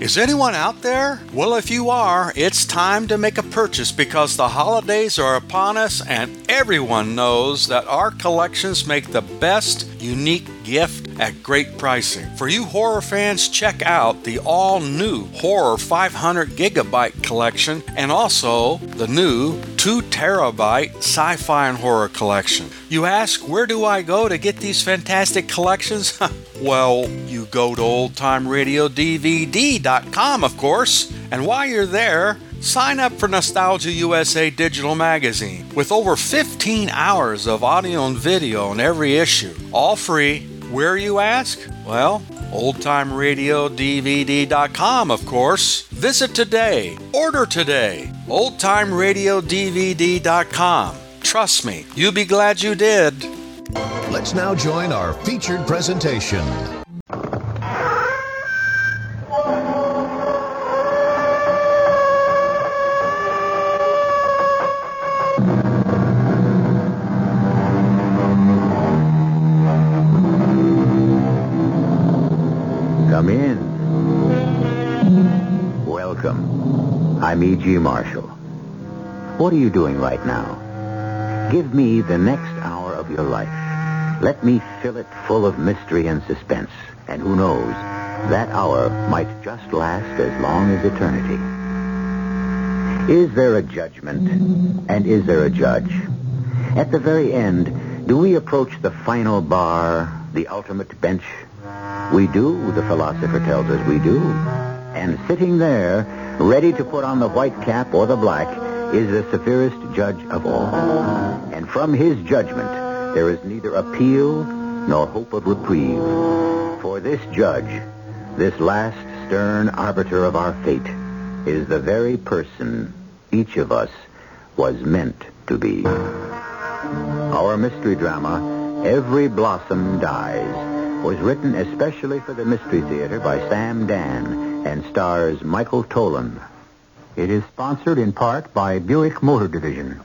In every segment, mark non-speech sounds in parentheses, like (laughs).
Is anyone out there? Well, if you are, it's time to make a purchase because the holidays are upon us and everyone knows that our collections make the best unique gift at great pricing. For you horror fans, check out the all new Horror 500 Gigabyte Collection and also the new 2 Terabyte Sci Fi and Horror Collection. You ask, where do I go to get these fantastic collections? (laughs) well, you go to oldtimeradiodvd.com, of course, and while you're there, Sign up for Nostalgia USA Digital Magazine with over 15 hours of audio and video on every issue, all free. Where you ask? Well, oldtimeradiodvd.com, of course. Visit today, order today, oldtimeradiodvd.com. Trust me, you'll be glad you did. Let's now join our featured presentation. Come in. Welcome. I'm E.G. Marshall. What are you doing right now? Give me the next hour of your life. Let me fill it full of mystery and suspense. And who knows, that hour might just last as long as eternity. Is there a judgment? And is there a judge? At the very end, do we approach the final bar, the ultimate bench? We do, the philosopher tells us we do. And sitting there, ready to put on the white cap or the black, is the severest judge of all. And from his judgment, there is neither appeal nor hope of reprieve. For this judge, this last stern arbiter of our fate, is the very person each of us was meant to be. Our mystery drama, Every Blossom Dies, was written especially for the Mystery Theater by Sam Dan and stars Michael Tolan. It is sponsored in part by Buick Motor Division.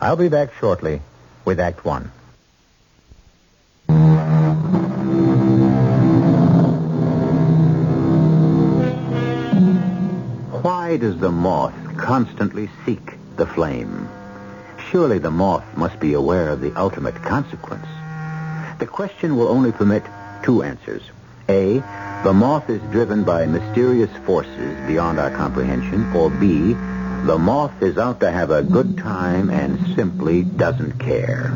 I'll be back shortly with Act One. Why does the moth constantly seek the flame? Surely the moth must be aware of the ultimate consequence. The question will only permit two answers. A, the moth is driven by mysterious forces beyond our comprehension, or B, the moth is out to have a good time and simply doesn't care.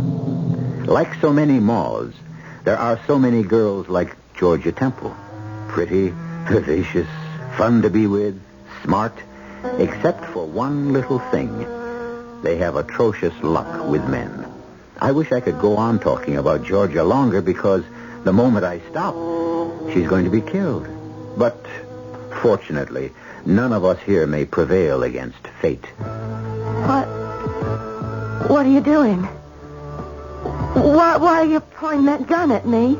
Like so many moths, there are so many girls like Georgia Temple. Pretty, vivacious, fun to be with, smart, except for one little thing. They have atrocious luck with men. I wish I could go on talking about Georgia longer because the moment I stop, she's going to be killed. But fortunately, none of us here may prevail against fate. What? What are you doing? Why, why are you pointing that gun at me?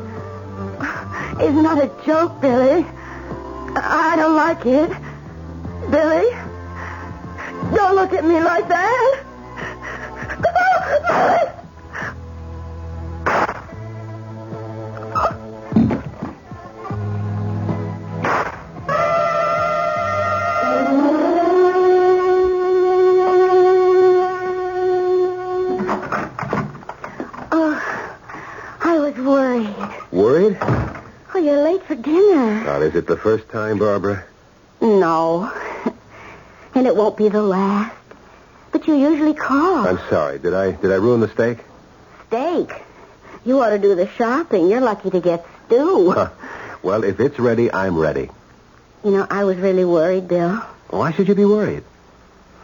It's not a joke, Billy. I don't like it. Billy, don't look at me like that. Oh, I was worried. Worried? Oh, you're late for dinner. Well, is it the first time, Barbara? No. And it won't be the last. But you usually call. I'm sorry. Did I did I ruin the steak? Steak. You ought to do the shopping. You're lucky to get stew. Huh. Well, if it's ready, I'm ready. You know, I was really worried, Bill. Why should you be worried?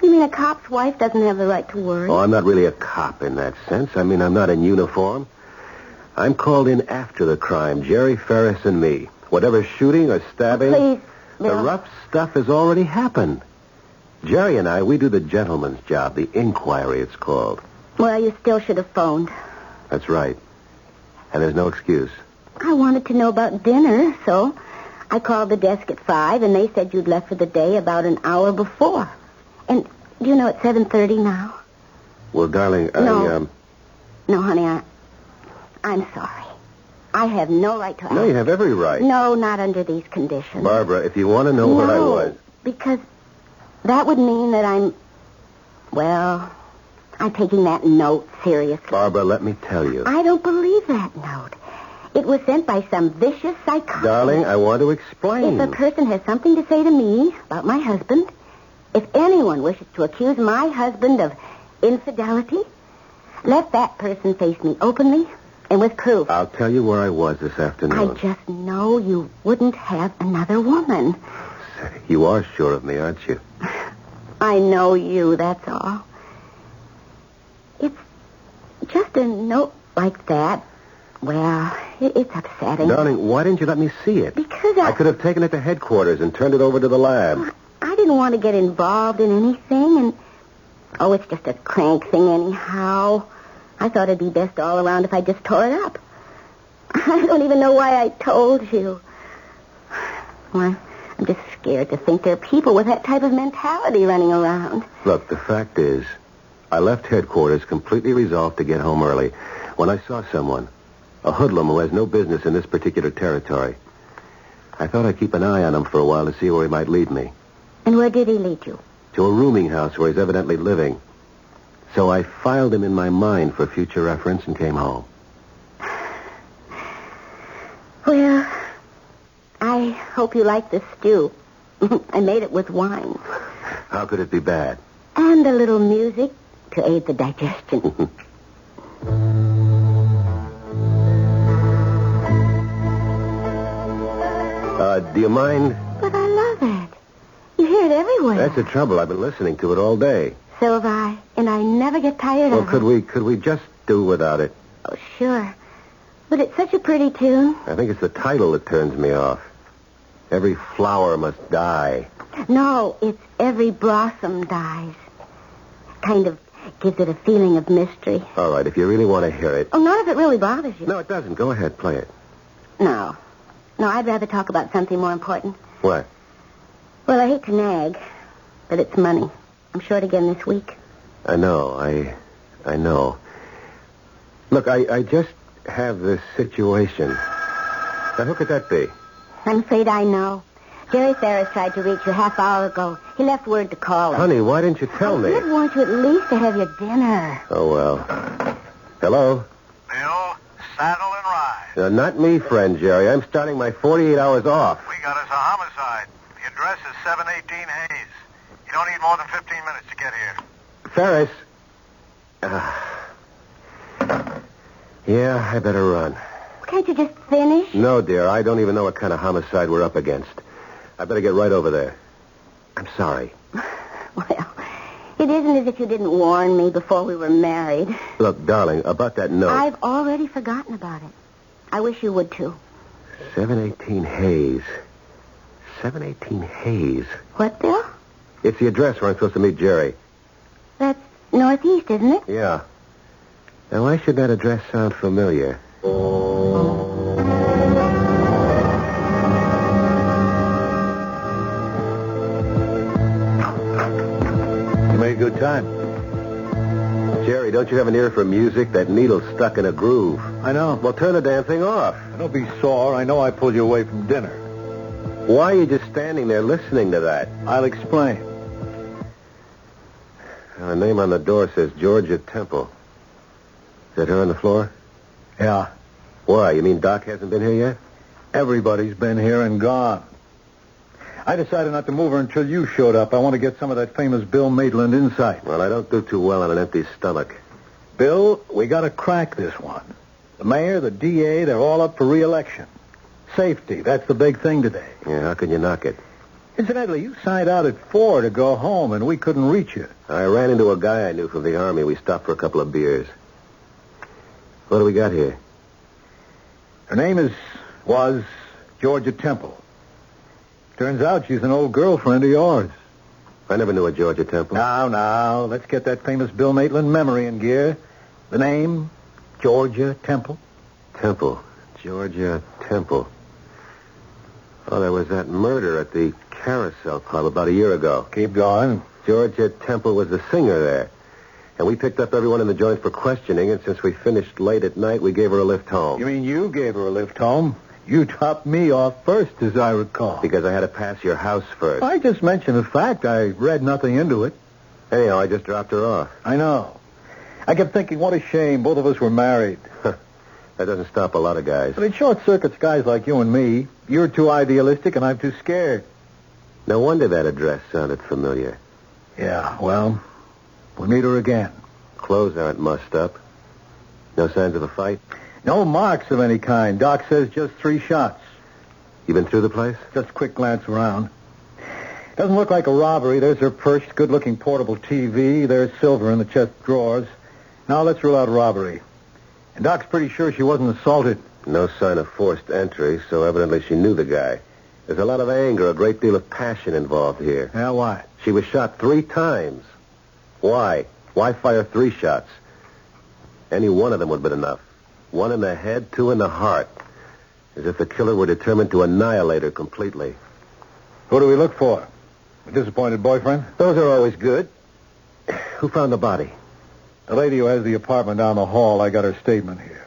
You mean a cop's wife doesn't have the right to worry? Oh, I'm not really a cop in that sense. I mean, I'm not in uniform. I'm called in after the crime, Jerry Ferris and me. Whatever shooting or stabbing, Please, the Bill. rough stuff has already happened. Jerry and I, we do the gentleman's job, the inquiry it's called. Well, you still should have phoned. That's right. And there's no excuse. I wanted to know about dinner, so I called the desk at five, and they said you'd left for the day about an hour before. And do you know it's seven thirty now? Well, darling, No. I um No, honey, I, I'm sorry. I have no right to No, ask. you have every right. No, not under these conditions. Barbara, if you want to know no, what I was. Because that would mean that I'm. Well, I'm taking that note seriously. Barbara, let me tell you. I don't believe that note. It was sent by some vicious psychopath. Darling, I want to explain. If a person has something to say to me about my husband, if anyone wishes to accuse my husband of infidelity, let that person face me openly and with proof. I'll tell you where I was this I afternoon. just know you wouldn't have another woman. You are sure of me, aren't you? I know you, that's all. It's just a note like that. Well, it, it's upsetting. Darling, why didn't you let me see it? Because I could have taken it to headquarters and turned it over to the lab. I didn't want to get involved in anything, and oh, it's just a crank thing anyhow. I thought it'd be best all around if I just tore it up. (laughs) I don't even know why I told you. Why, I'm just scared to think there are people with that type of mentality running around. Look, the fact is, I left headquarters completely resolved to get home early when I saw someone, a hoodlum who has no business in this particular territory. I thought I'd keep an eye on him for a while to see where he might lead me. And where did he lead you? To a rooming house where he's evidently living. So I filed him in my mind for future reference and came home. Well, I hope you like the stew. (laughs) I made it with wine How could it be bad? and a little music to aid the digestion. (laughs) Uh, do you mind? But I love it. You hear it everywhere. That's the trouble. I've been listening to it all day. So have I, and I never get tired Well, of could it. we could we just do without it? Oh, sure. But it's such a pretty tune. I think it's the title that turns me off. Every flower must die. No, it's every blossom dies. Kind of gives it a feeling of mystery. All right, if you really want to hear it. Oh, not if it really bothers you. No, it doesn't. Go ahead, play it. No. No, I'd rather talk about something more important. What? Well, I hate to nag, but it's money. I'm short again this week. I know. I I know. Look, I, I just have this situation. Now, who could that be? I'm afraid I know. Jerry Ferris tried to reach you half hour ago. He left word to call us. Honey, why didn't you tell I me? did want you at least to have your dinner. Oh, well. Hello? Bill, saddle and ride. No, not me, friend Jerry. I'm starting my 48 hours off. We got us a homicide. The address is 718 Hayes. You don't need more than 15 minutes to get here. Ferris. Ah. yeah, I better run. Can't you just finish? No, dear, I don't even know what kind of homicide we're up against. I better get right over there. I'm sorry. Well, it isn't as if you didn't warn me before we were married. Look, darling, about that note. I've already forgotten about it. I wish you would too. 718 Hayes. 718 Hayes. What, Bill? It's the address where I'm supposed to meet Jerry. That's northeast, isn't it? Yeah. Now, why should that address sound familiar? You made a good time. Jerry, don't you have an ear for music? That needle's stuck in a groove. I know. Well, turn the damn thing off. Don't be sore. I know I pulled you away from dinner. Why are you just standing there listening to that? I'll explain. The name on the door says Georgia Temple. Is that her on the floor? Yeah. Why? You mean Doc hasn't been here yet? Everybody's been here and gone. I decided not to move her until you showed up. I want to get some of that famous Bill Maitland insight. Well, I don't do too well on an empty stomach. Bill, we got to crack this one. The mayor, the DA, they're all up for reelection. Safety, that's the big thing today. Yeah, how can you knock it? Incidentally, you signed out at four to go home, and we couldn't reach you. I ran into a guy I knew from the Army. We stopped for a couple of beers. What do we got here? Her name is was Georgia Temple. Turns out she's an old girlfriend of yours. I never knew a Georgia Temple. Now, now, let's get that famous Bill Maitland memory in gear. The name, Georgia Temple. Temple. Georgia Temple. Oh, there was that murder at the Carousel Club about a year ago. Keep going. Georgia Temple was the singer there. and we picked up everyone in the joint for questioning, and since we finished late at night, we gave her a lift home. You mean you gave her a lift home? You topped me off first, as I recall. Because I had to pass your house first. I just mentioned a fact. I read nothing into it. Anyhow, I just dropped her off. I know. I kept thinking, what a shame. Both of us were (laughs) married. That doesn't stop a lot of guys. But it short circuits guys like you and me. You're too idealistic, and I'm too scared. No wonder that address sounded familiar. Yeah, well, we'll meet her again. Clothes aren't mussed up. No signs of a fight. No marks of any kind. Doc says just three shots. You been through the place? Just a quick glance around. Doesn't look like a robbery. There's her perched, good-looking portable TV. There's silver in the chest drawers. Now let's rule out robbery. And Doc's pretty sure she wasn't assaulted. No sign of forced entry, so evidently she knew the guy. There's a lot of anger, a great deal of passion involved here. Yeah, why? She was shot three times. Why? Why fire three shots? Any one of them would have been enough. One in the head, two in the heart. As if the killer were determined to annihilate her completely. Who do we look for? A disappointed boyfriend? Those are always good. Who found the body? The lady who has the apartment down the hall, I got her statement here.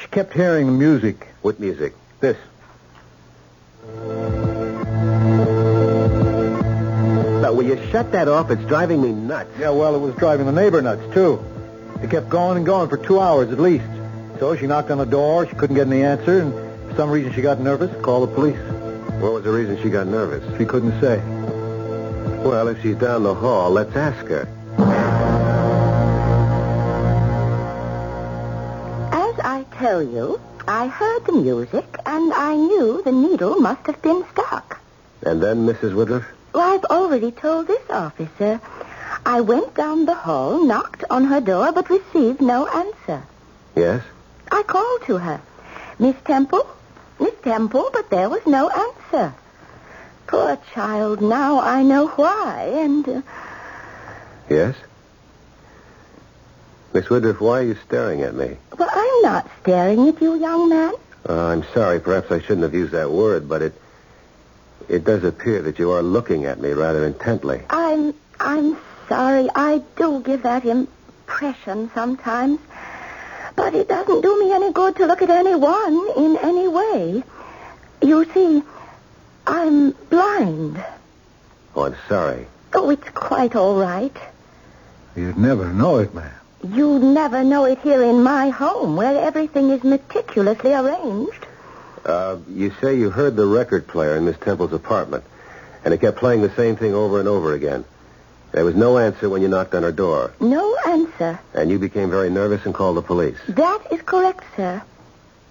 She kept hearing the music. What music? This. Now, will you shut that off? It's driving me nuts. Yeah, well, it was driving the neighbor nuts, too. It kept going and going for two hours at least. So she knocked on the door. She couldn't get any answer, and for some reason she got nervous, called the police. What was the reason she got nervous? She couldn't say. Well, if she's down the hall, let's ask her. As I tell you, I heard the music and I knew the needle must have been stuck. And then, Mrs. Woodruff? Well, I've already told this officer. I went down the hall, knocked on her door, but received no answer. Yes? I called to her. Miss Temple? Miss Temple, but there was no answer. Poor child, now I know why, and... Uh, Yes? Miss Woodruff, why are you staring at me? well, I'm not staring at you, young man. Uh, I'm sorry. Perhaps I shouldn't have used that word, but it it does appear that you are looking at me rather intently. I'm... I'm sorry. I do give that impression sometimes. But it doesn't do me any good to look at anyone in any way. You see, I'm blind. Oh, I'm sorry. Oh, it's quite all right. You'd never know it, ma'am. You never know it here in my home, where everything is meticulously arranged. Uh, you say you heard the record player in Miss Temple's apartment, and it kept playing the same thing over and over again. There was no answer when you knocked on her door, No answer. and you became very nervous and called the police. That is correct, sir.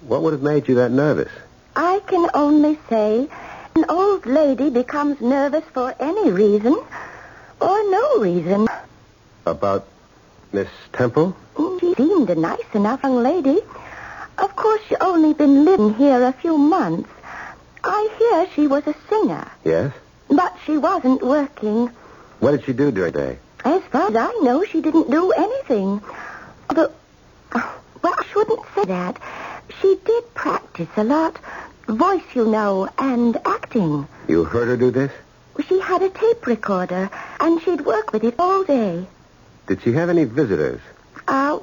What would have made you that nervous? I can only say an old lady becomes nervous for any reason or no reason. About Miss Temple? She seemed a nice enough young lady. Of course, she only been living here a few months. I hear she was a singer, Yes. but she wasn't working. What did she do during the day? As far as I know, she didn't do anything. Although, uh, well, I shouldn't say that. She did practice a lot. Voice, you know, and acting. You heard her do this? She had a tape recorder, and she'd work with it all day. Did she have any visitors? Uh,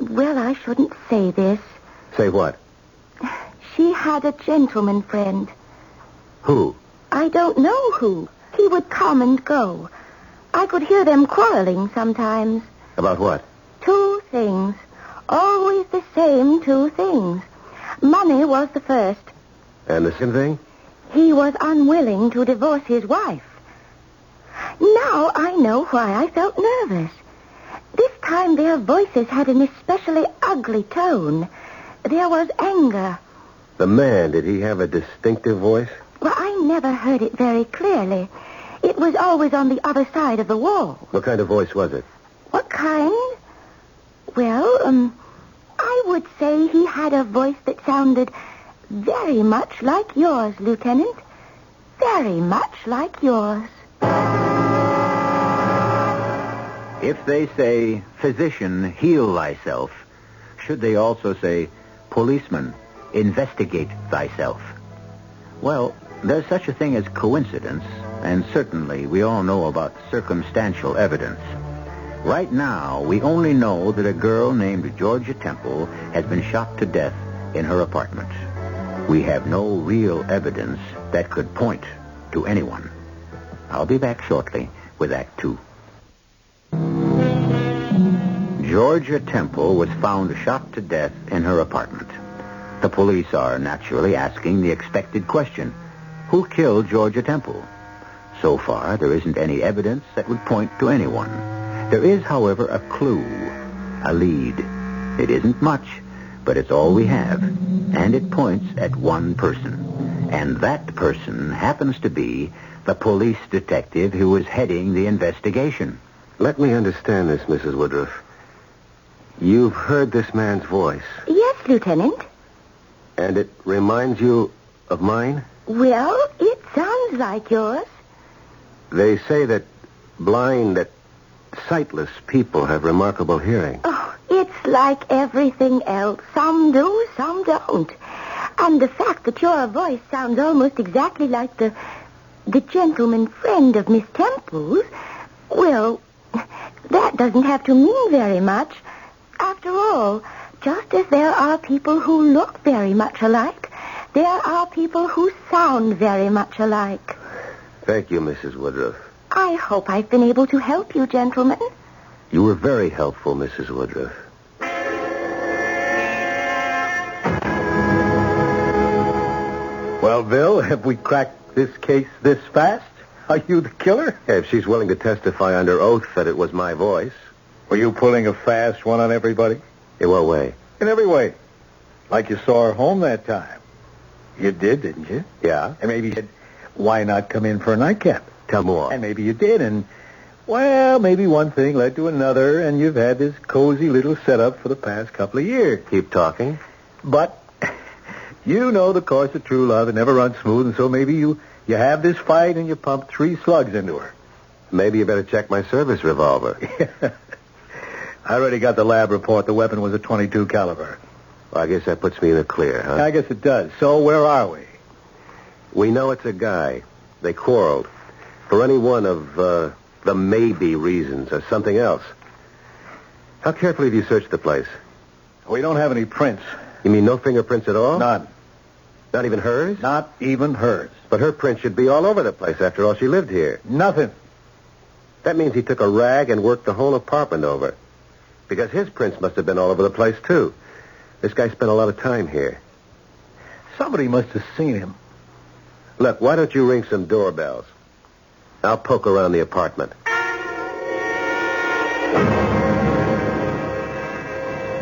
well, I shouldn't say this. Say what? She had a gentleman friend. Who? I don't know who. He would come and go. I could hear them quarreling sometimes. About what? Two things. Always the same two things. Money was the first. And the same thing? He was unwilling to divorce his wife. Now I know why I felt nervous. This time their voices had an especially ugly tone. There was anger. The man, did he have a distinctive voice? Well, I never heard it very clearly. It was always on the other side of the wall. What kind of voice was it? What kind? Well, um, I would say he had a voice that sounded very much like yours, Lieutenant. Very much like yours. If they say, physician, heal thyself, should they also say, policeman, investigate thyself? Well, there's such a thing as coincidence, and certainly we all know about circumstantial evidence. Right now, we only know that a girl named Georgia Temple has been shot to death in her apartment. We have no real evidence that could point to anyone. I'll be back shortly with Act Two. Georgia Temple was found shot to death in her apartment. The police are naturally asking the expected question who killed Georgia Temple? So far, there isn't any evidence that would point to anyone. There is, however, a clue, a lead. It isn't much, but it's all we have, and it points at one person. And that person happens to be the police detective who is heading the investigation. Let me understand this, Mrs. Woodruff. You've heard this man's voice, Yes, Lieutenant. and it reminds you of mine? Well, it sounds like yours. They say that blind, that sightless people have remarkable hearing. Oh, it's like everything else. Some do, some don't. And the fact that your voice sounds almost exactly like the the gentleman friend of Miss Temple's, well, that doesn't have to mean very much. After all, just as there are people who look very much alike, there are people who sound very much alike. Thank you, Mrs. Woodruff. I hope I've been able to help you, gentlemen. You were very helpful, Mrs. Woodruff. Well, Bill, have we cracked this case this fast? Are you the killer? If she's willing to testify under oath that it was my voice, Were you pulling a fast one on everybody? in what way? In every way. Like you saw her home that time. You did, didn't you? Yeah. And maybe you said, why not come in for a nightcap? Tell me more. And maybe you did, and, well, maybe one thing led to another, and you've had this cozy little setup for the past couple of years. Keep talking. But (laughs) you know the course of true love. It never runs smooth, and so maybe you, you have this fight and you pump three slugs into her. Maybe you better check my service revolver. (laughs) I already got the lab report. The weapon was a 22 caliber. Well, I guess that puts me in the clear, huh? I guess it does. So where are we? We know it's a guy. They quarreled. For any one of uh, the maybe reasons or something else. How carefully have you searched the place? We don't have any prints. You mean no fingerprints at all? None. Not even hers? Not even hers. But her print should be all over the place. After all, she lived here. Nothing. That means he took a rag and worked the whole apartment over. Because his prints must have been all over the place, too. This guy spent a lot of time here. Somebody must have seen him. Look, why don't you ring some doorbells? I'll poke around the apartment.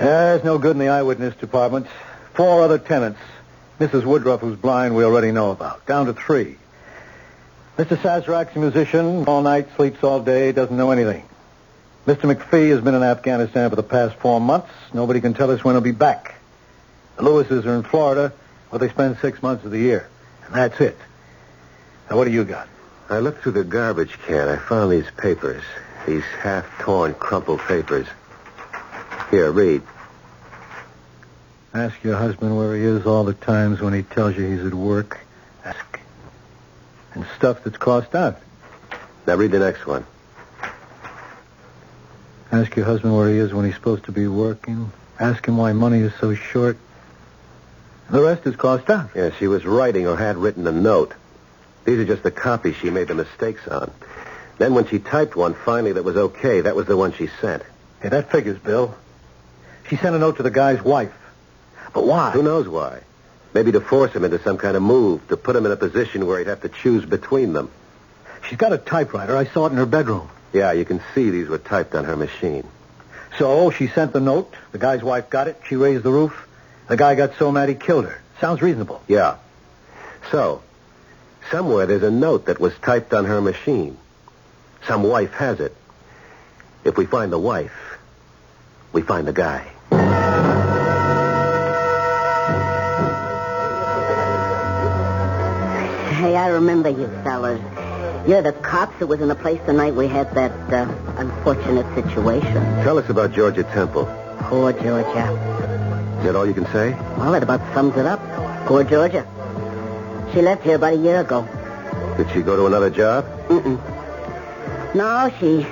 Yeah, it's no good in the eyewitness department. Four other tenants. Mrs. Woodruff, who's blind, we already know about. Down to three. Mr. Sazerac's a musician, all night, sleeps all day, doesn't know anything. Mr. McPhee has been in Afghanistan for the past four months. Nobody can tell us when he'll be back. The Lewises are in Florida, where they spend six months of the year. And that's it. Now, what do you got? I looked through the garbage can. I found these papers. These half-torn, crumpled papers. Here, read. Ask your husband where he is all the times when he tells you he's at work. Ask. And stuff that's crossed out. Now read the next one. Ask your husband where he is when he's supposed to be working. Ask him why money is so short. The rest is crossed out. Yeah, she was writing or had written a note. These are just the copies she made the mistakes on. Then when she typed one finally that was okay, that was the one she sent. Hey, that figures, Bill. She sent a note to the guy's wife. But why? Who knows why? Maybe to force him into some kind of move, to put him in a position where he'd have to choose between them. She's got a typewriter. I saw it in her bedroom. Yeah, you can see these were typed on her machine. So she sent the note. The guy's wife got it. She raised the roof. The guy got so mad he killed her. Sounds reasonable. Yeah. So, somewhere there's a note that was typed on her machine. Some wife has it. If we find the wife, we find the guy. Hey, I remember you fellas. You're the cops that was in the place the night we had that uh, unfortunate situation. Tell us about Georgia Temple. Poor Georgia. Is that all you can say? Well, that about sums it up. Poor Georgia. She left here about a year ago. Did she go to another job? Mm-mm. No, she...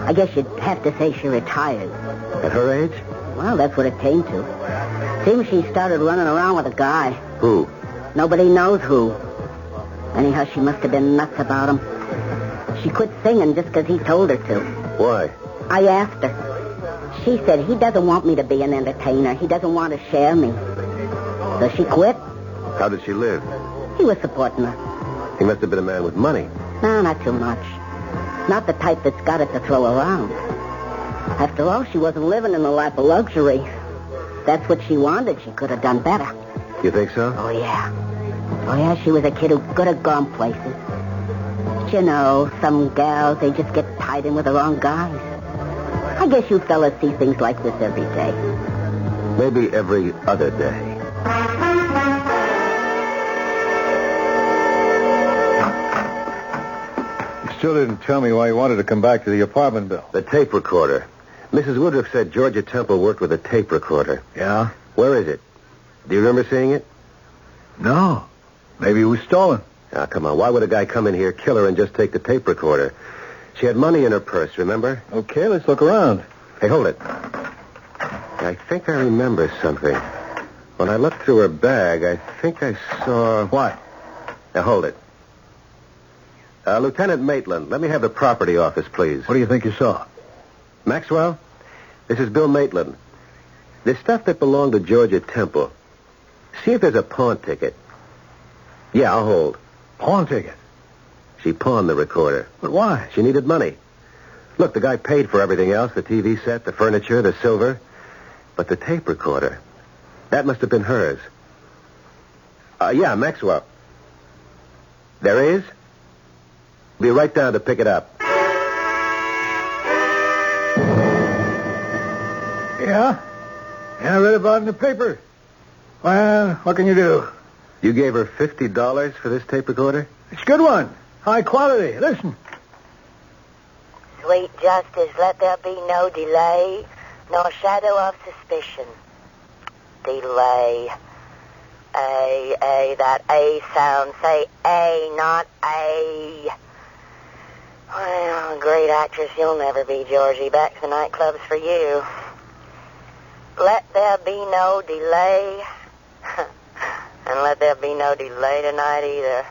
I guess you'd have to say she retired. At her age? Well, that's what it came to. Seems she started running around with a guy. Who? Nobody knows who. Anyhow, she must have been nuts about him. She quit singing just 'cause he told her to. Why? I asked her. She said he doesn't want me to be an entertainer. He doesn't want to share me. So she quit. How did she live? He was supporting her. He must have been a man with money. No, not too much. Not the type that's got it to throw around. After all, she wasn't living in the lap of luxury. That's what she wanted. She could have done better. You think so? Oh, yeah. Oh, yeah, she was a kid who could have gone places. But you know, some gals, they just get tied in with the wrong guys. I guess you fellas see things like this every day. Maybe every other day. You still didn't tell me why you wanted to come back to the apartment, Bill. The tape recorder. Mrs. Woodruff said Georgia Temple worked with a tape recorder. Yeah? Where is it? Do you remember seeing it? No. Maybe it was stolen. Ah, come on. Why would a guy come in here, kill her, and just take the tape recorder? She had money in her purse, remember? Okay, let's look around. Hey, hold it. I think I remember something. When I looked through her bag, I think I saw... What? Now, hold it. Uh, Lieutenant Maitland, let me have the property office, please. What do you think you saw? Maxwell, this is Bill Maitland. The stuff that belonged to Georgia Temple. See if there's a pawn ticket. Yeah, I'll hold. Pawn ticket. She pawned the recorder. But why? She needed money. Look, the guy paid for everything else, the TV set, the furniture, the silver. But the tape recorder, that must have been hers. Uh, yeah, Maxwell. There is? Be right down to pick it up. Yeah? Yeah, I read about it in the paper. Well, what can you do? You gave her $50 for this tape recorder? It's a good one. High quality. Listen. Sweet justice, let there be no delay, nor shadow of suspicion. Delay. A, A, that A sound. Say A, not A. Well, great actress, you'll never be, Georgie. Back to the nightclubs for you. Let there be no delay. and let there be no delay tonight either.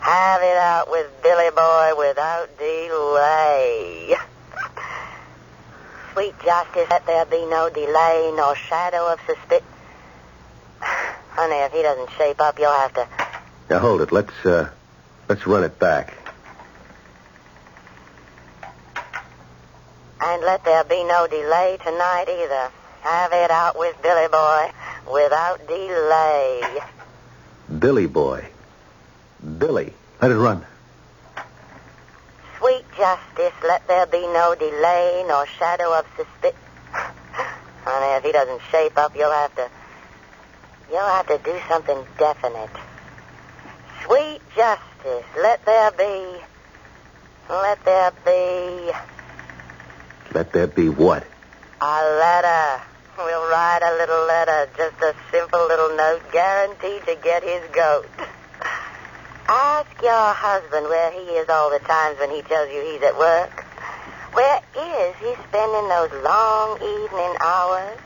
Have it out with Billy Boy without delay. Sweet justice, let there be no delay, nor shadow of suspicion. Honey, if he doesn't shape up, you'll have to. Now hold it. Let's uh, let's run it back. And let there be no delay tonight either. Have it out with Billy Boy without delay. Billy boy. Billy. Let it run. Sweet justice, let there be no delay nor shadow of suspicion. (laughs) Honey, if he doesn't shape up, you'll have to. You'll have to do something definite. Sweet justice, let there be. Let there be Let there be what? a letter. We'll write a little letter, just a simple little note, guaranteed to get his goat. Ask your husband where he is all the times when he tells you he's at work. Where is he spending those long evening hours?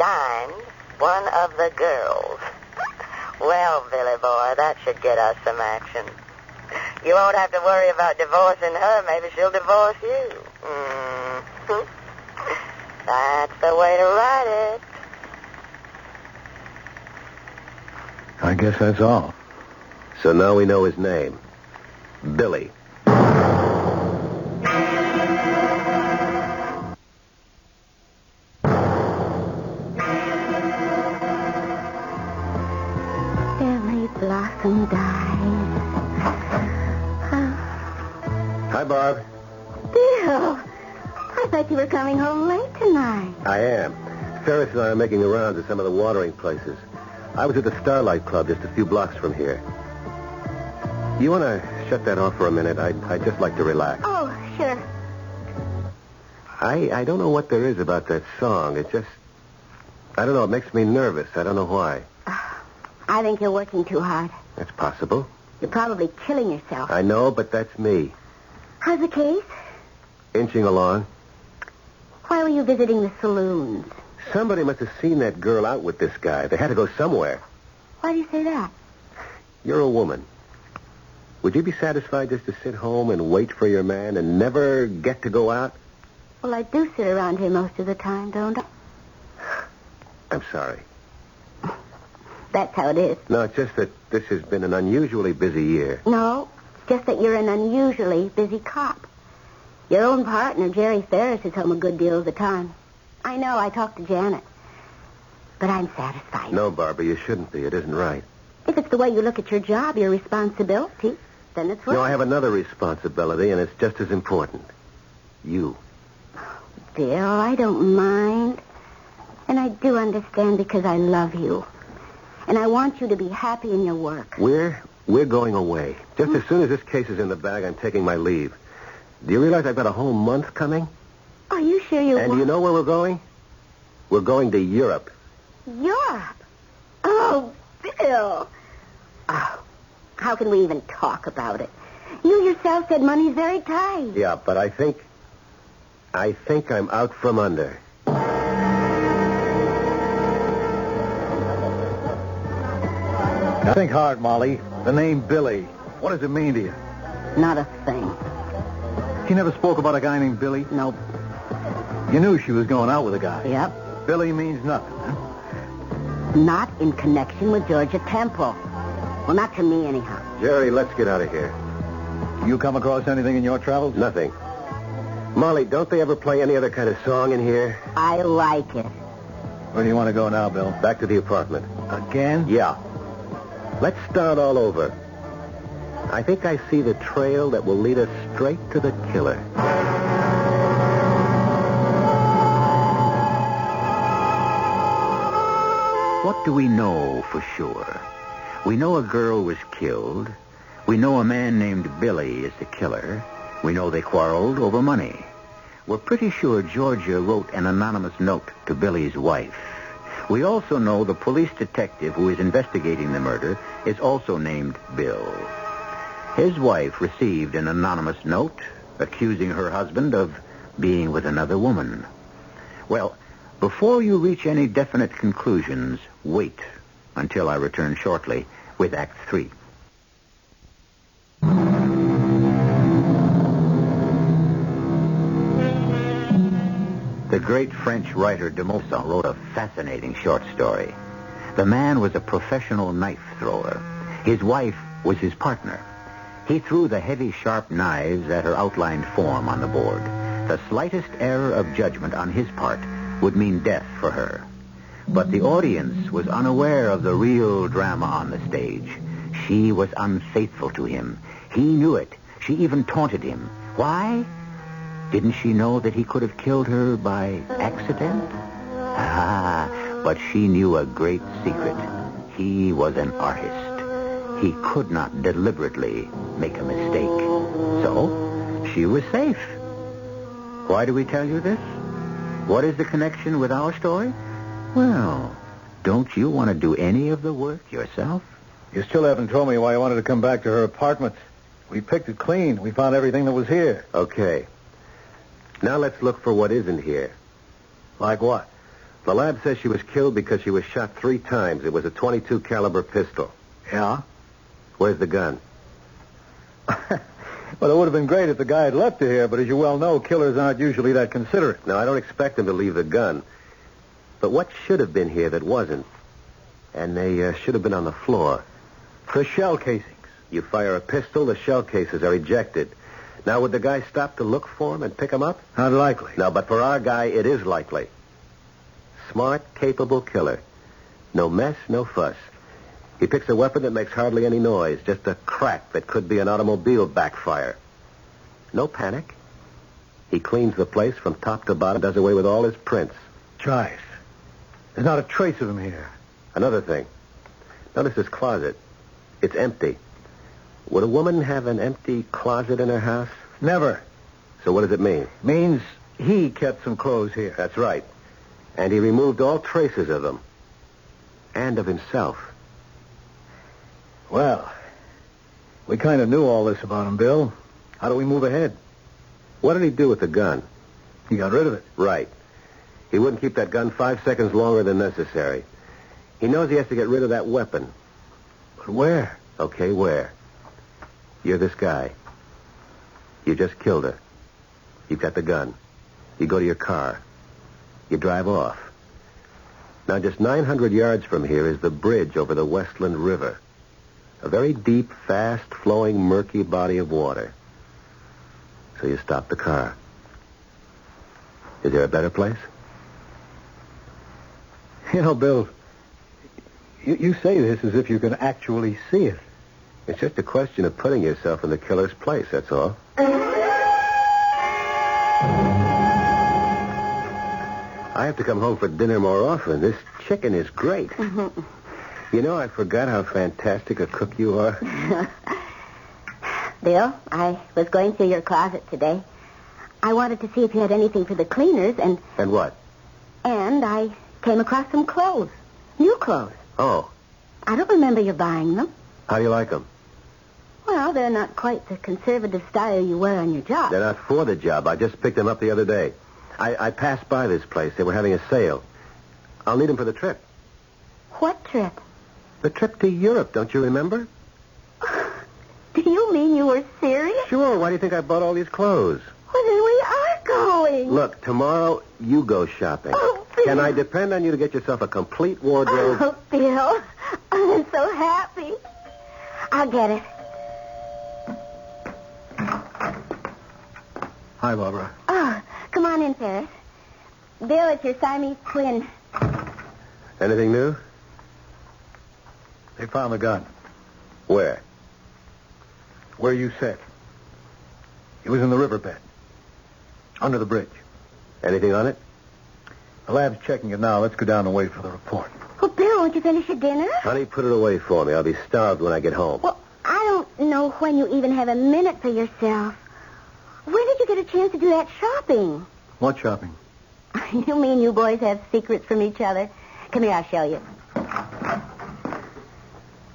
Signed, one of the girls. Well, Billy boy, that should get us some action. You won't have to worry about divorcing her. Maybe she'll divorce you. Mm. That's the way to write it. I guess that's all. So now we know his name. Billy. Every blossom dies. Oh, Hi, Barb. Bill, I thought you were coming home late tonight. I am. Ferris and I are making the rounds at some of the watering places. I was at the Starlight Club just a few blocks from here. You want to shut that off for a minute? I, I'd just like to relax. Oh, sure. I, I don't know what there is about that song. It just, I don't know, it makes me nervous. I don't know why. I think you're working too hard. That's possible. You're probably killing yourself. I know, but that's me. How's the case? Inching along. Why were you visiting the saloons? Somebody must have seen that girl out with this guy. They had to go somewhere. Why do you say that? You're a woman. Would you be satisfied just to sit home and wait for your man and never get to go out? Well, I do sit around here most of the time, don't I? I'm sorry. That's how it is. No, it's just that this has been an unusually busy year. No, it's just that you're an unusually busy cop. Your own partner, Jerry Ferris, is home a good deal of the time. I know, I talked to Janet. But I'm satisfied. No, Barbara, you shouldn't be. It isn't right. If it's the way you look at your job, your responsibility, then it's right. No, I have another responsibility, and it's just as important. You. Bill, oh, I don't mind. And I do understand because I love you. And I want you to be happy in your work. We're we're going away. Just as soon as this case is in the bag, I'm taking my leave. Do you realize I've got a whole month coming? Are you sure you And want... do you know where we're going? We're going to Europe. Europe. Oh, Bill. Oh, how can we even talk about it? You yourself said money's very tight. Yeah, but I think I think I'm out from under. Now, think hard, Molly. The name Billy. What does it mean to you? Not a thing. She never spoke about a guy named Billy. Nope. You knew she was going out with a guy. Yep. Billy means nothing. Huh? Not in connection with Georgia Temple. Well, not to me, anyhow. Jerry, let's get out of here. You come across anything in your travels? Nothing. Molly, don't they ever play any other kind of song in here? I like it. Where do you want to go now, Bill? Back to the apartment. Again? Yeah. Let's start all over. I think I see the trail that will lead us straight to the killer. What do we know for sure? We know a girl was killed. We know a man named Billy is the killer. We know they quarreled over money. We're pretty sure Georgia wrote an anonymous note to Billy's wife. We also know the police detective who is investigating the murder is also named Bill. His wife received an anonymous note accusing her husband of being with another woman. Well, before you reach any definite conclusions, wait until I return shortly with Act Three. The great French writer de Maupassant wrote a fascinating short story. The man was a professional knife thrower. His wife was his partner. He threw the heavy, sharp knives at her outlined form on the board. The slightest error of judgment on his part would mean death for her. But the audience was unaware of the real drama on the stage. She was unfaithful to him. He knew it. She even taunted him. Why? Didn't she know that he could have killed her by accident? Ah, but she knew a great secret. He was an artist. He could not deliberately make a mistake. So, she was safe. Why do we tell you this? What is the connection with our story? Well, don't you want to do any of the work yourself? You still haven't told me why you wanted to come back to her apartment. We picked it clean. We found everything that was here. Okay. Now let's look for what isn't here. Like what? The lab says she was killed because she was shot three times. It was a 22 caliber pistol. Yeah? Where's the gun? (laughs) Well, it would have been great if the guy had left her here, but as you well know, killers aren't usually that considerate. Now I don't expect them to leave the gun, but what should have been here that wasn't? And they uh, should have been on the floor. The shell casings. You fire a pistol, the shell cases are ejected. Now would the guy stop to look for them and pick them up? Not likely. No, but for our guy, it is likely. Smart, capable killer. No mess, no fuss. He picks a weapon that makes hardly any noise, just a crack that could be an automobile backfire. No panic. He cleans the place from top to bottom, does away with all his prints. Tries. There's not a trace of him here. Another thing. Notice his closet. It's empty. Would a woman have an empty closet in her house? Never. So what does it mean? Means he kept some clothes here. That's right. And he removed all traces of them. And of himself. Well, we kind of knew all this about him, Bill. How do we move ahead? What did he do with the gun? He got rid of it. Right. He wouldn't keep that gun five seconds longer than necessary. He knows he has to get rid of that weapon. But where? Okay, where? You're this guy. You just killed her. You've got the gun. You go to your car. You drive off. Now, just 900 yards from here is the bridge over the Westland River. A very deep, fast-flowing, murky body of water. So you stop the car. Is there a better place? You know, Bill, you, you say this as if you can actually see it. It's just a question of putting yourself in the killer's place, that's all. I have to come home for dinner more often. This chicken is great. You know, I forgot how fantastic a cook you are. Bill, I was going through your closet today. I wanted to see if you had anything for the cleaners, and And what? and I came across some clothes, new clothes. Oh, I don't remember you buying them. how do you like them? Well, they're not quite the conservative style you wear on your job. They're not for the job. I just picked them up the other day. I, I passed by this place. They were having a sale. I'll need them for the trip. What trip? The trip to Europe, don't you remember? Do you mean you were serious? Sure. Why do you think I bought all these clothes? Well, then we are going. Look, tomorrow you go shopping. Oh, Bill. Can I depend on you to get yourself a complete wardrobe? Oh, Bill, I'm so happy. I'll get it. Hi, Barbara. Oh, come on in, Ferris. Bill, it's your Siamese twin. Anything new? They found the gun. Where? Where you said. It was in the riverbed. Under the bridge. Anything on it? The lab's checking it now. Let's go down and wait for the report. Well, Bill, won't you finish your dinner? Honey, put it away for me. I'll be starved when I get home. Well, I don't know when you even have a minute for yourself. When did you get a chance to do that shopping? What shopping? (laughs) You mean you boys have secrets from each other? Come here, I'll show you.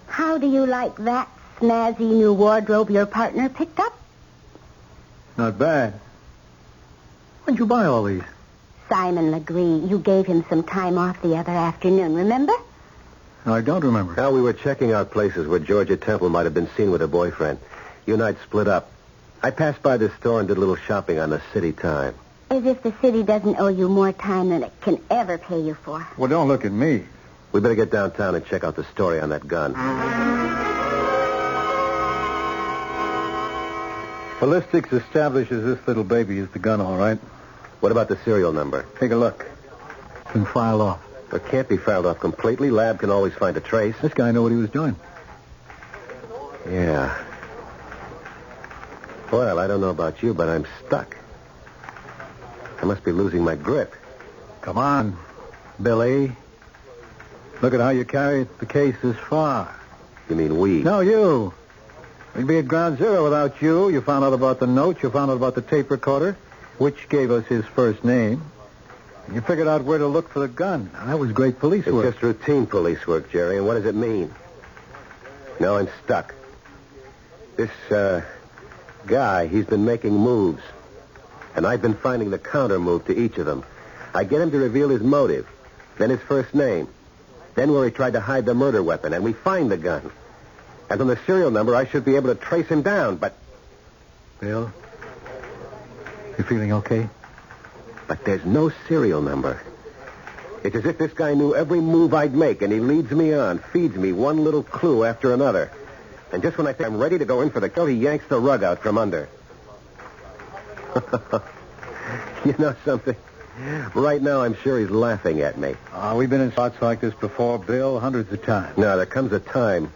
How do you like that snazzy new wardrobe your partner picked up? Not bad. When'd you buy all these? Simon Legree, you gave him some time off the other afternoon, remember? No, I don't remember. Now, we were checking out places where Georgia Temple might have been seen with her boyfriend. You and I'd split up. I passed by this store and did a little shopping on the city time. As if the city doesn't owe you more time than it can ever pay you for. Well, don't look at me. We better get downtown and check out the story on that gun. Ballistics establishes this little baby is the gun, all right? What about the serial number? Take a look. Can file off. It can't be filed off completely. Lab can always find a trace. This guy knew what he was doing. Yeah. Well, I don't know about you, but I'm stuck. I must be losing my grip. Come on, Billy. Look at how you carried the case this far. You mean we? No, you. We'd be at ground zero without you. You found out about the note. You found out about the tape recorder, which gave us his first name. You figured out where to look for the gun. Now, That was great police It's work. just routine police work, Jerry, and what does it mean? No, I'm stuck. This, uh, guy, he's been making moves. And I've been finding the counter move to each of them. I get him to reveal his motive, then his first name, then where he tried to hide the murder weapon, and we find the gun. And from the serial number, I should be able to trace him down, but Bill, you feeling okay? But there's no serial number. It's as if this guy knew every move I'd make, and he leads me on, feeds me one little clue after another. And just when I think I'm ready to go in for the kill, he yanks the rug out from under. (laughs) you know something? Right now, I'm sure he's laughing at me. Uh, we've been in spots like this before, Bill, hundreds of times. Now, there comes a time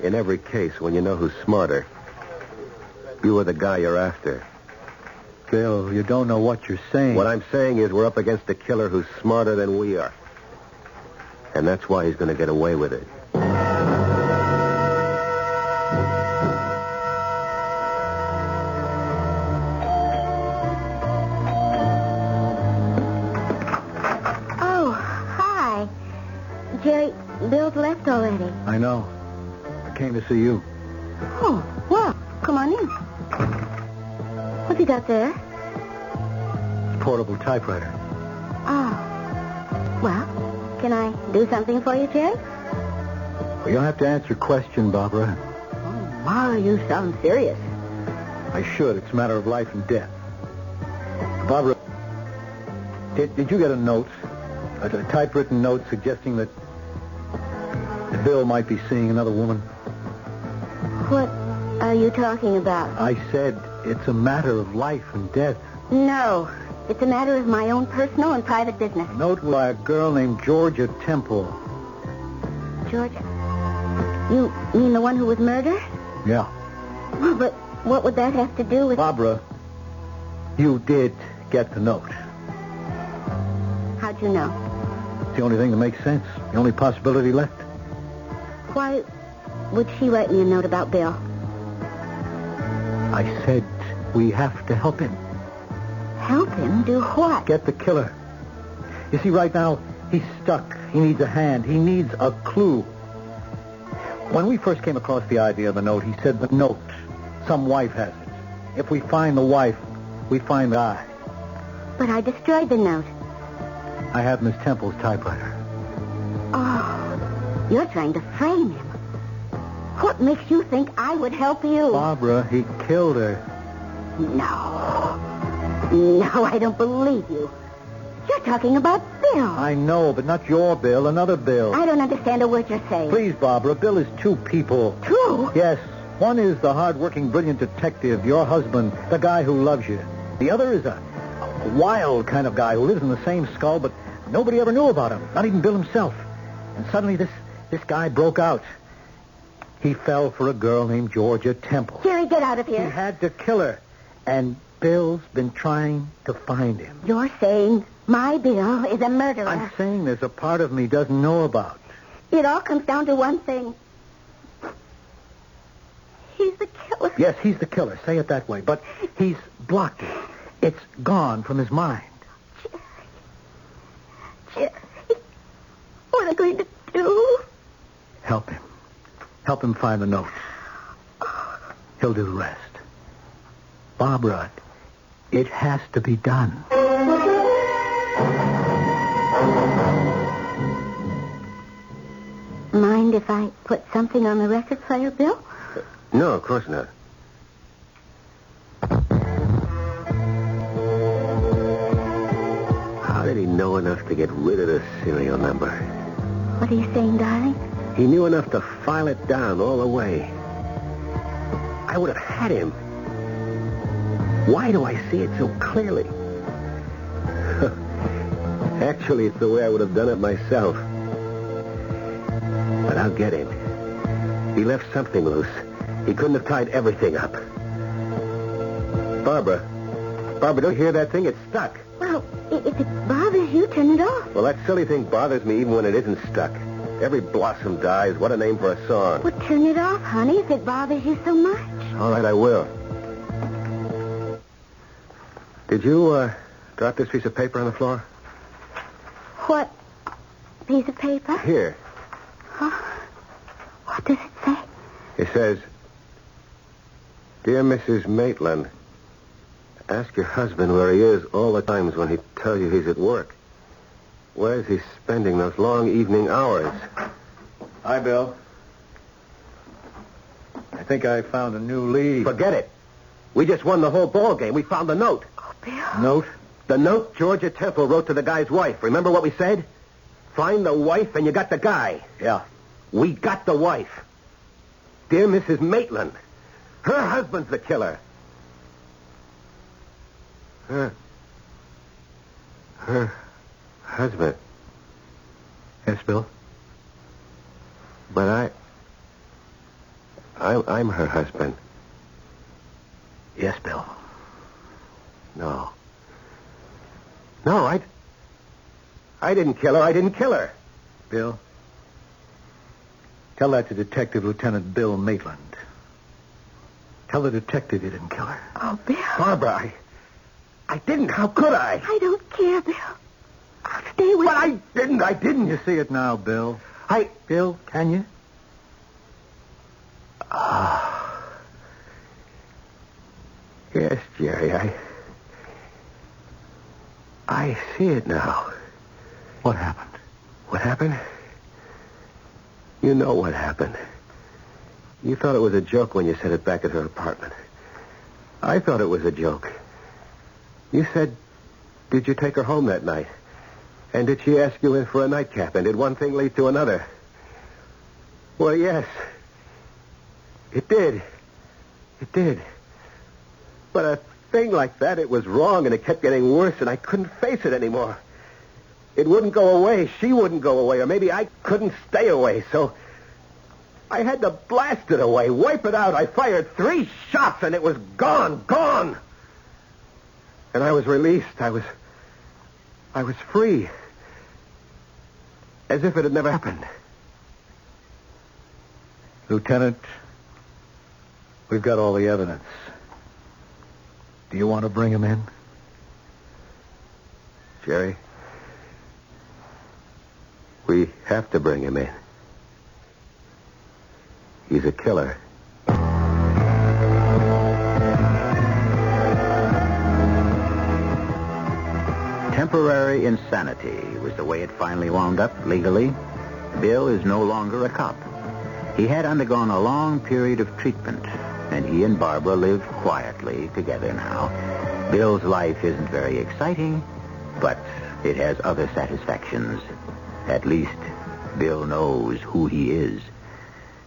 in every case when you know who's smarter. You are the guy you're after. Bill, you don't know what you're saying. What I'm saying is we're up against a killer who's smarter than we are. And that's why he's going to get away with it. Oh, hi. Jerry, Bill's left already. I know. I came to see you. Oh, well, come on in. What's he got there? portable typewriter. Oh. Well, can I do something for you, Jerry? Well, you'll have to answer your question, Barbara. Oh, Ma, you sound serious. I should. It's a matter of life and death. Barbara, did, did you get a note, a, a typewritten note suggesting that Bill might be seeing another woman? What are you talking about? I said it's a matter of life and death. No. It's a matter of my own personal and private business. A note by a girl named Georgia Temple. George, you mean the one who was murdered? Yeah. Well, but what would that have to do with... Barbara, you did get the note. How'd you know? It's the only thing that makes sense. The only possibility left. Why would she write me a note about Bill? I said we have to help him. Help him do what? Get the killer. You see, right now, he's stuck. He needs a hand. He needs a clue. When we first came across the idea of the note, he said the note. Some wife has it. If we find the wife, we find the guy. But I destroyed the note. I have Miss Temple's typewriter. Oh, you're trying to frame him. What makes you think I would help you? Barbara, he killed her. No. No, I don't believe you. You're talking about Bill. I know, but not your Bill, another Bill. I don't understand a word you're saying. Please, Barbara, Bill is two people. True. Yes, one is the hard-working, brilliant detective, your husband, the guy who loves you. The other is a, a wild kind of guy who lives in the same skull, but nobody ever knew about him, not even Bill himself. And suddenly this, this guy broke out. He fell for a girl named Georgia Temple. Jerry, get out of He here. had to kill her. And Bill's been trying to find him. You're saying my Bill is a murderer. I'm saying there's a part of me doesn't know about. It all comes down to one thing. He's the killer. Yes, he's the killer. Say it that way. But he's blocked it. It's gone from his mind. Jerry, what are we going to do? Help him. Help him find the note. He'll do the rest. Barbara, it has to be done. Mind if I put something on the record player, Bill? No, of course not. How did he know enough to get rid of the serial number? What are you saying, darling? He knew enough to file it down all the way. I would have had him. Why do I see it so clearly? (laughs) Actually, it's the way I would have done it myself. But I'll get him. He left something loose. He couldn't have tied everything up. Barbara. Barbara, don't you hear that thing? It's stuck. Well, i- if it bothers you, turn it off. Well, that silly thing bothers me even when it isn't stuck. Every blossom dies. What a name for a song. Well, turn it off, honey, if it bothers you so much. All right, I will. Did you uh, drop this piece of paper on the floor? What piece of paper? Here. Huh? What does it say? It says, Dear Mrs. Maitland, ask your husband where he is all the times when he tells you he's at work. Where is he spending those long evening hours? Hi, Bill. I think I found a new lead. Forget it. We just won the whole ball game. We found the note. Note? The note Georgia Temple wrote to the guy's wife. Remember what we said? Find the wife and you got the guy. Yeah. We got the wife. Dear Mrs. Maitland, her husband's the killer. Her. Her husband. Yes, Bill? But I. I'm, I'm her husband. Yes, Bill. No. No, I. I didn't kill her. I didn't kill her. Bill? Tell that to Detective Lieutenant Bill Maitland. Tell the detective you didn't kill her. Oh, Bill. Barbara, I. I didn't. How could I? I don't care, Bill. I'll stay with But I didn't. I didn't. You see it now, Bill. I. Bill, can you? Ah. Yes, Jerry, I. I see it now. What happened? What happened? You know what happened. You thought it was a joke when you said it back at her apartment. I thought it was a joke. You said, did you take her home that night? And did she ask you in for a nightcap? And did one thing lead to another? Well, yes. It did. It did. But a thing like that, it was wrong, and it kept getting worse, and I couldn't face it anymore. It wouldn't go away. She wouldn't go away, or maybe I couldn't stay away, so I had to blast it away, wipe it out. I fired three shots, and it was gone, gone. And I was released. I was. I was free. As if it had never happened. Lieutenant, we've got all the evidence. Do you want to bring him in? Jerry, we have to bring him in. He's a killer. Temporary insanity was the way it finally wound up legally. Bill is no longer a cop. He had undergone a long period of treatment, and he and Barbara live quietly together now. Bill's life isn't very exciting, but it has other satisfactions. At least Bill knows who he is.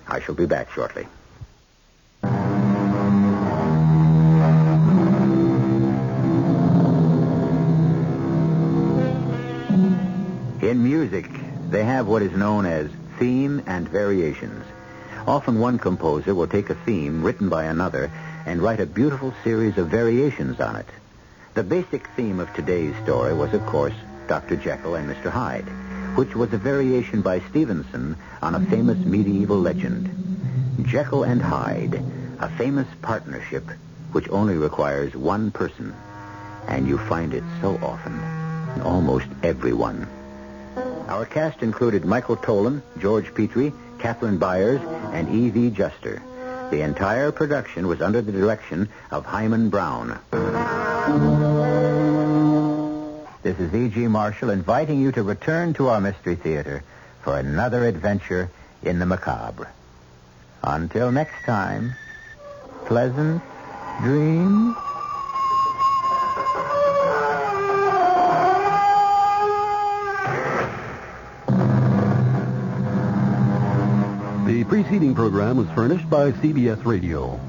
I shall be back shortly. In music, they have what is known as theme and variations. Often one composer will take a theme written by another and write a beautiful series of variations on it. The basic theme of today's story was, of course, Dr. Jekyll and Mr. Hyde, which was a variation by Stevenson on a famous medieval legend. Jekyll and Hyde, a famous partnership which only requires one person. And you find it so often in almost everyone. Our cast included Michael Tolan, George Petrie, Catherine Byers, and E.V. Juster. The entire production was under the direction of Hyman Brown. This is E.G. Marshall inviting you to return to our Mystery Theater for another adventure in the macabre. Until next time, pleasant dreams. The preceding program was furnished by CBS Radio.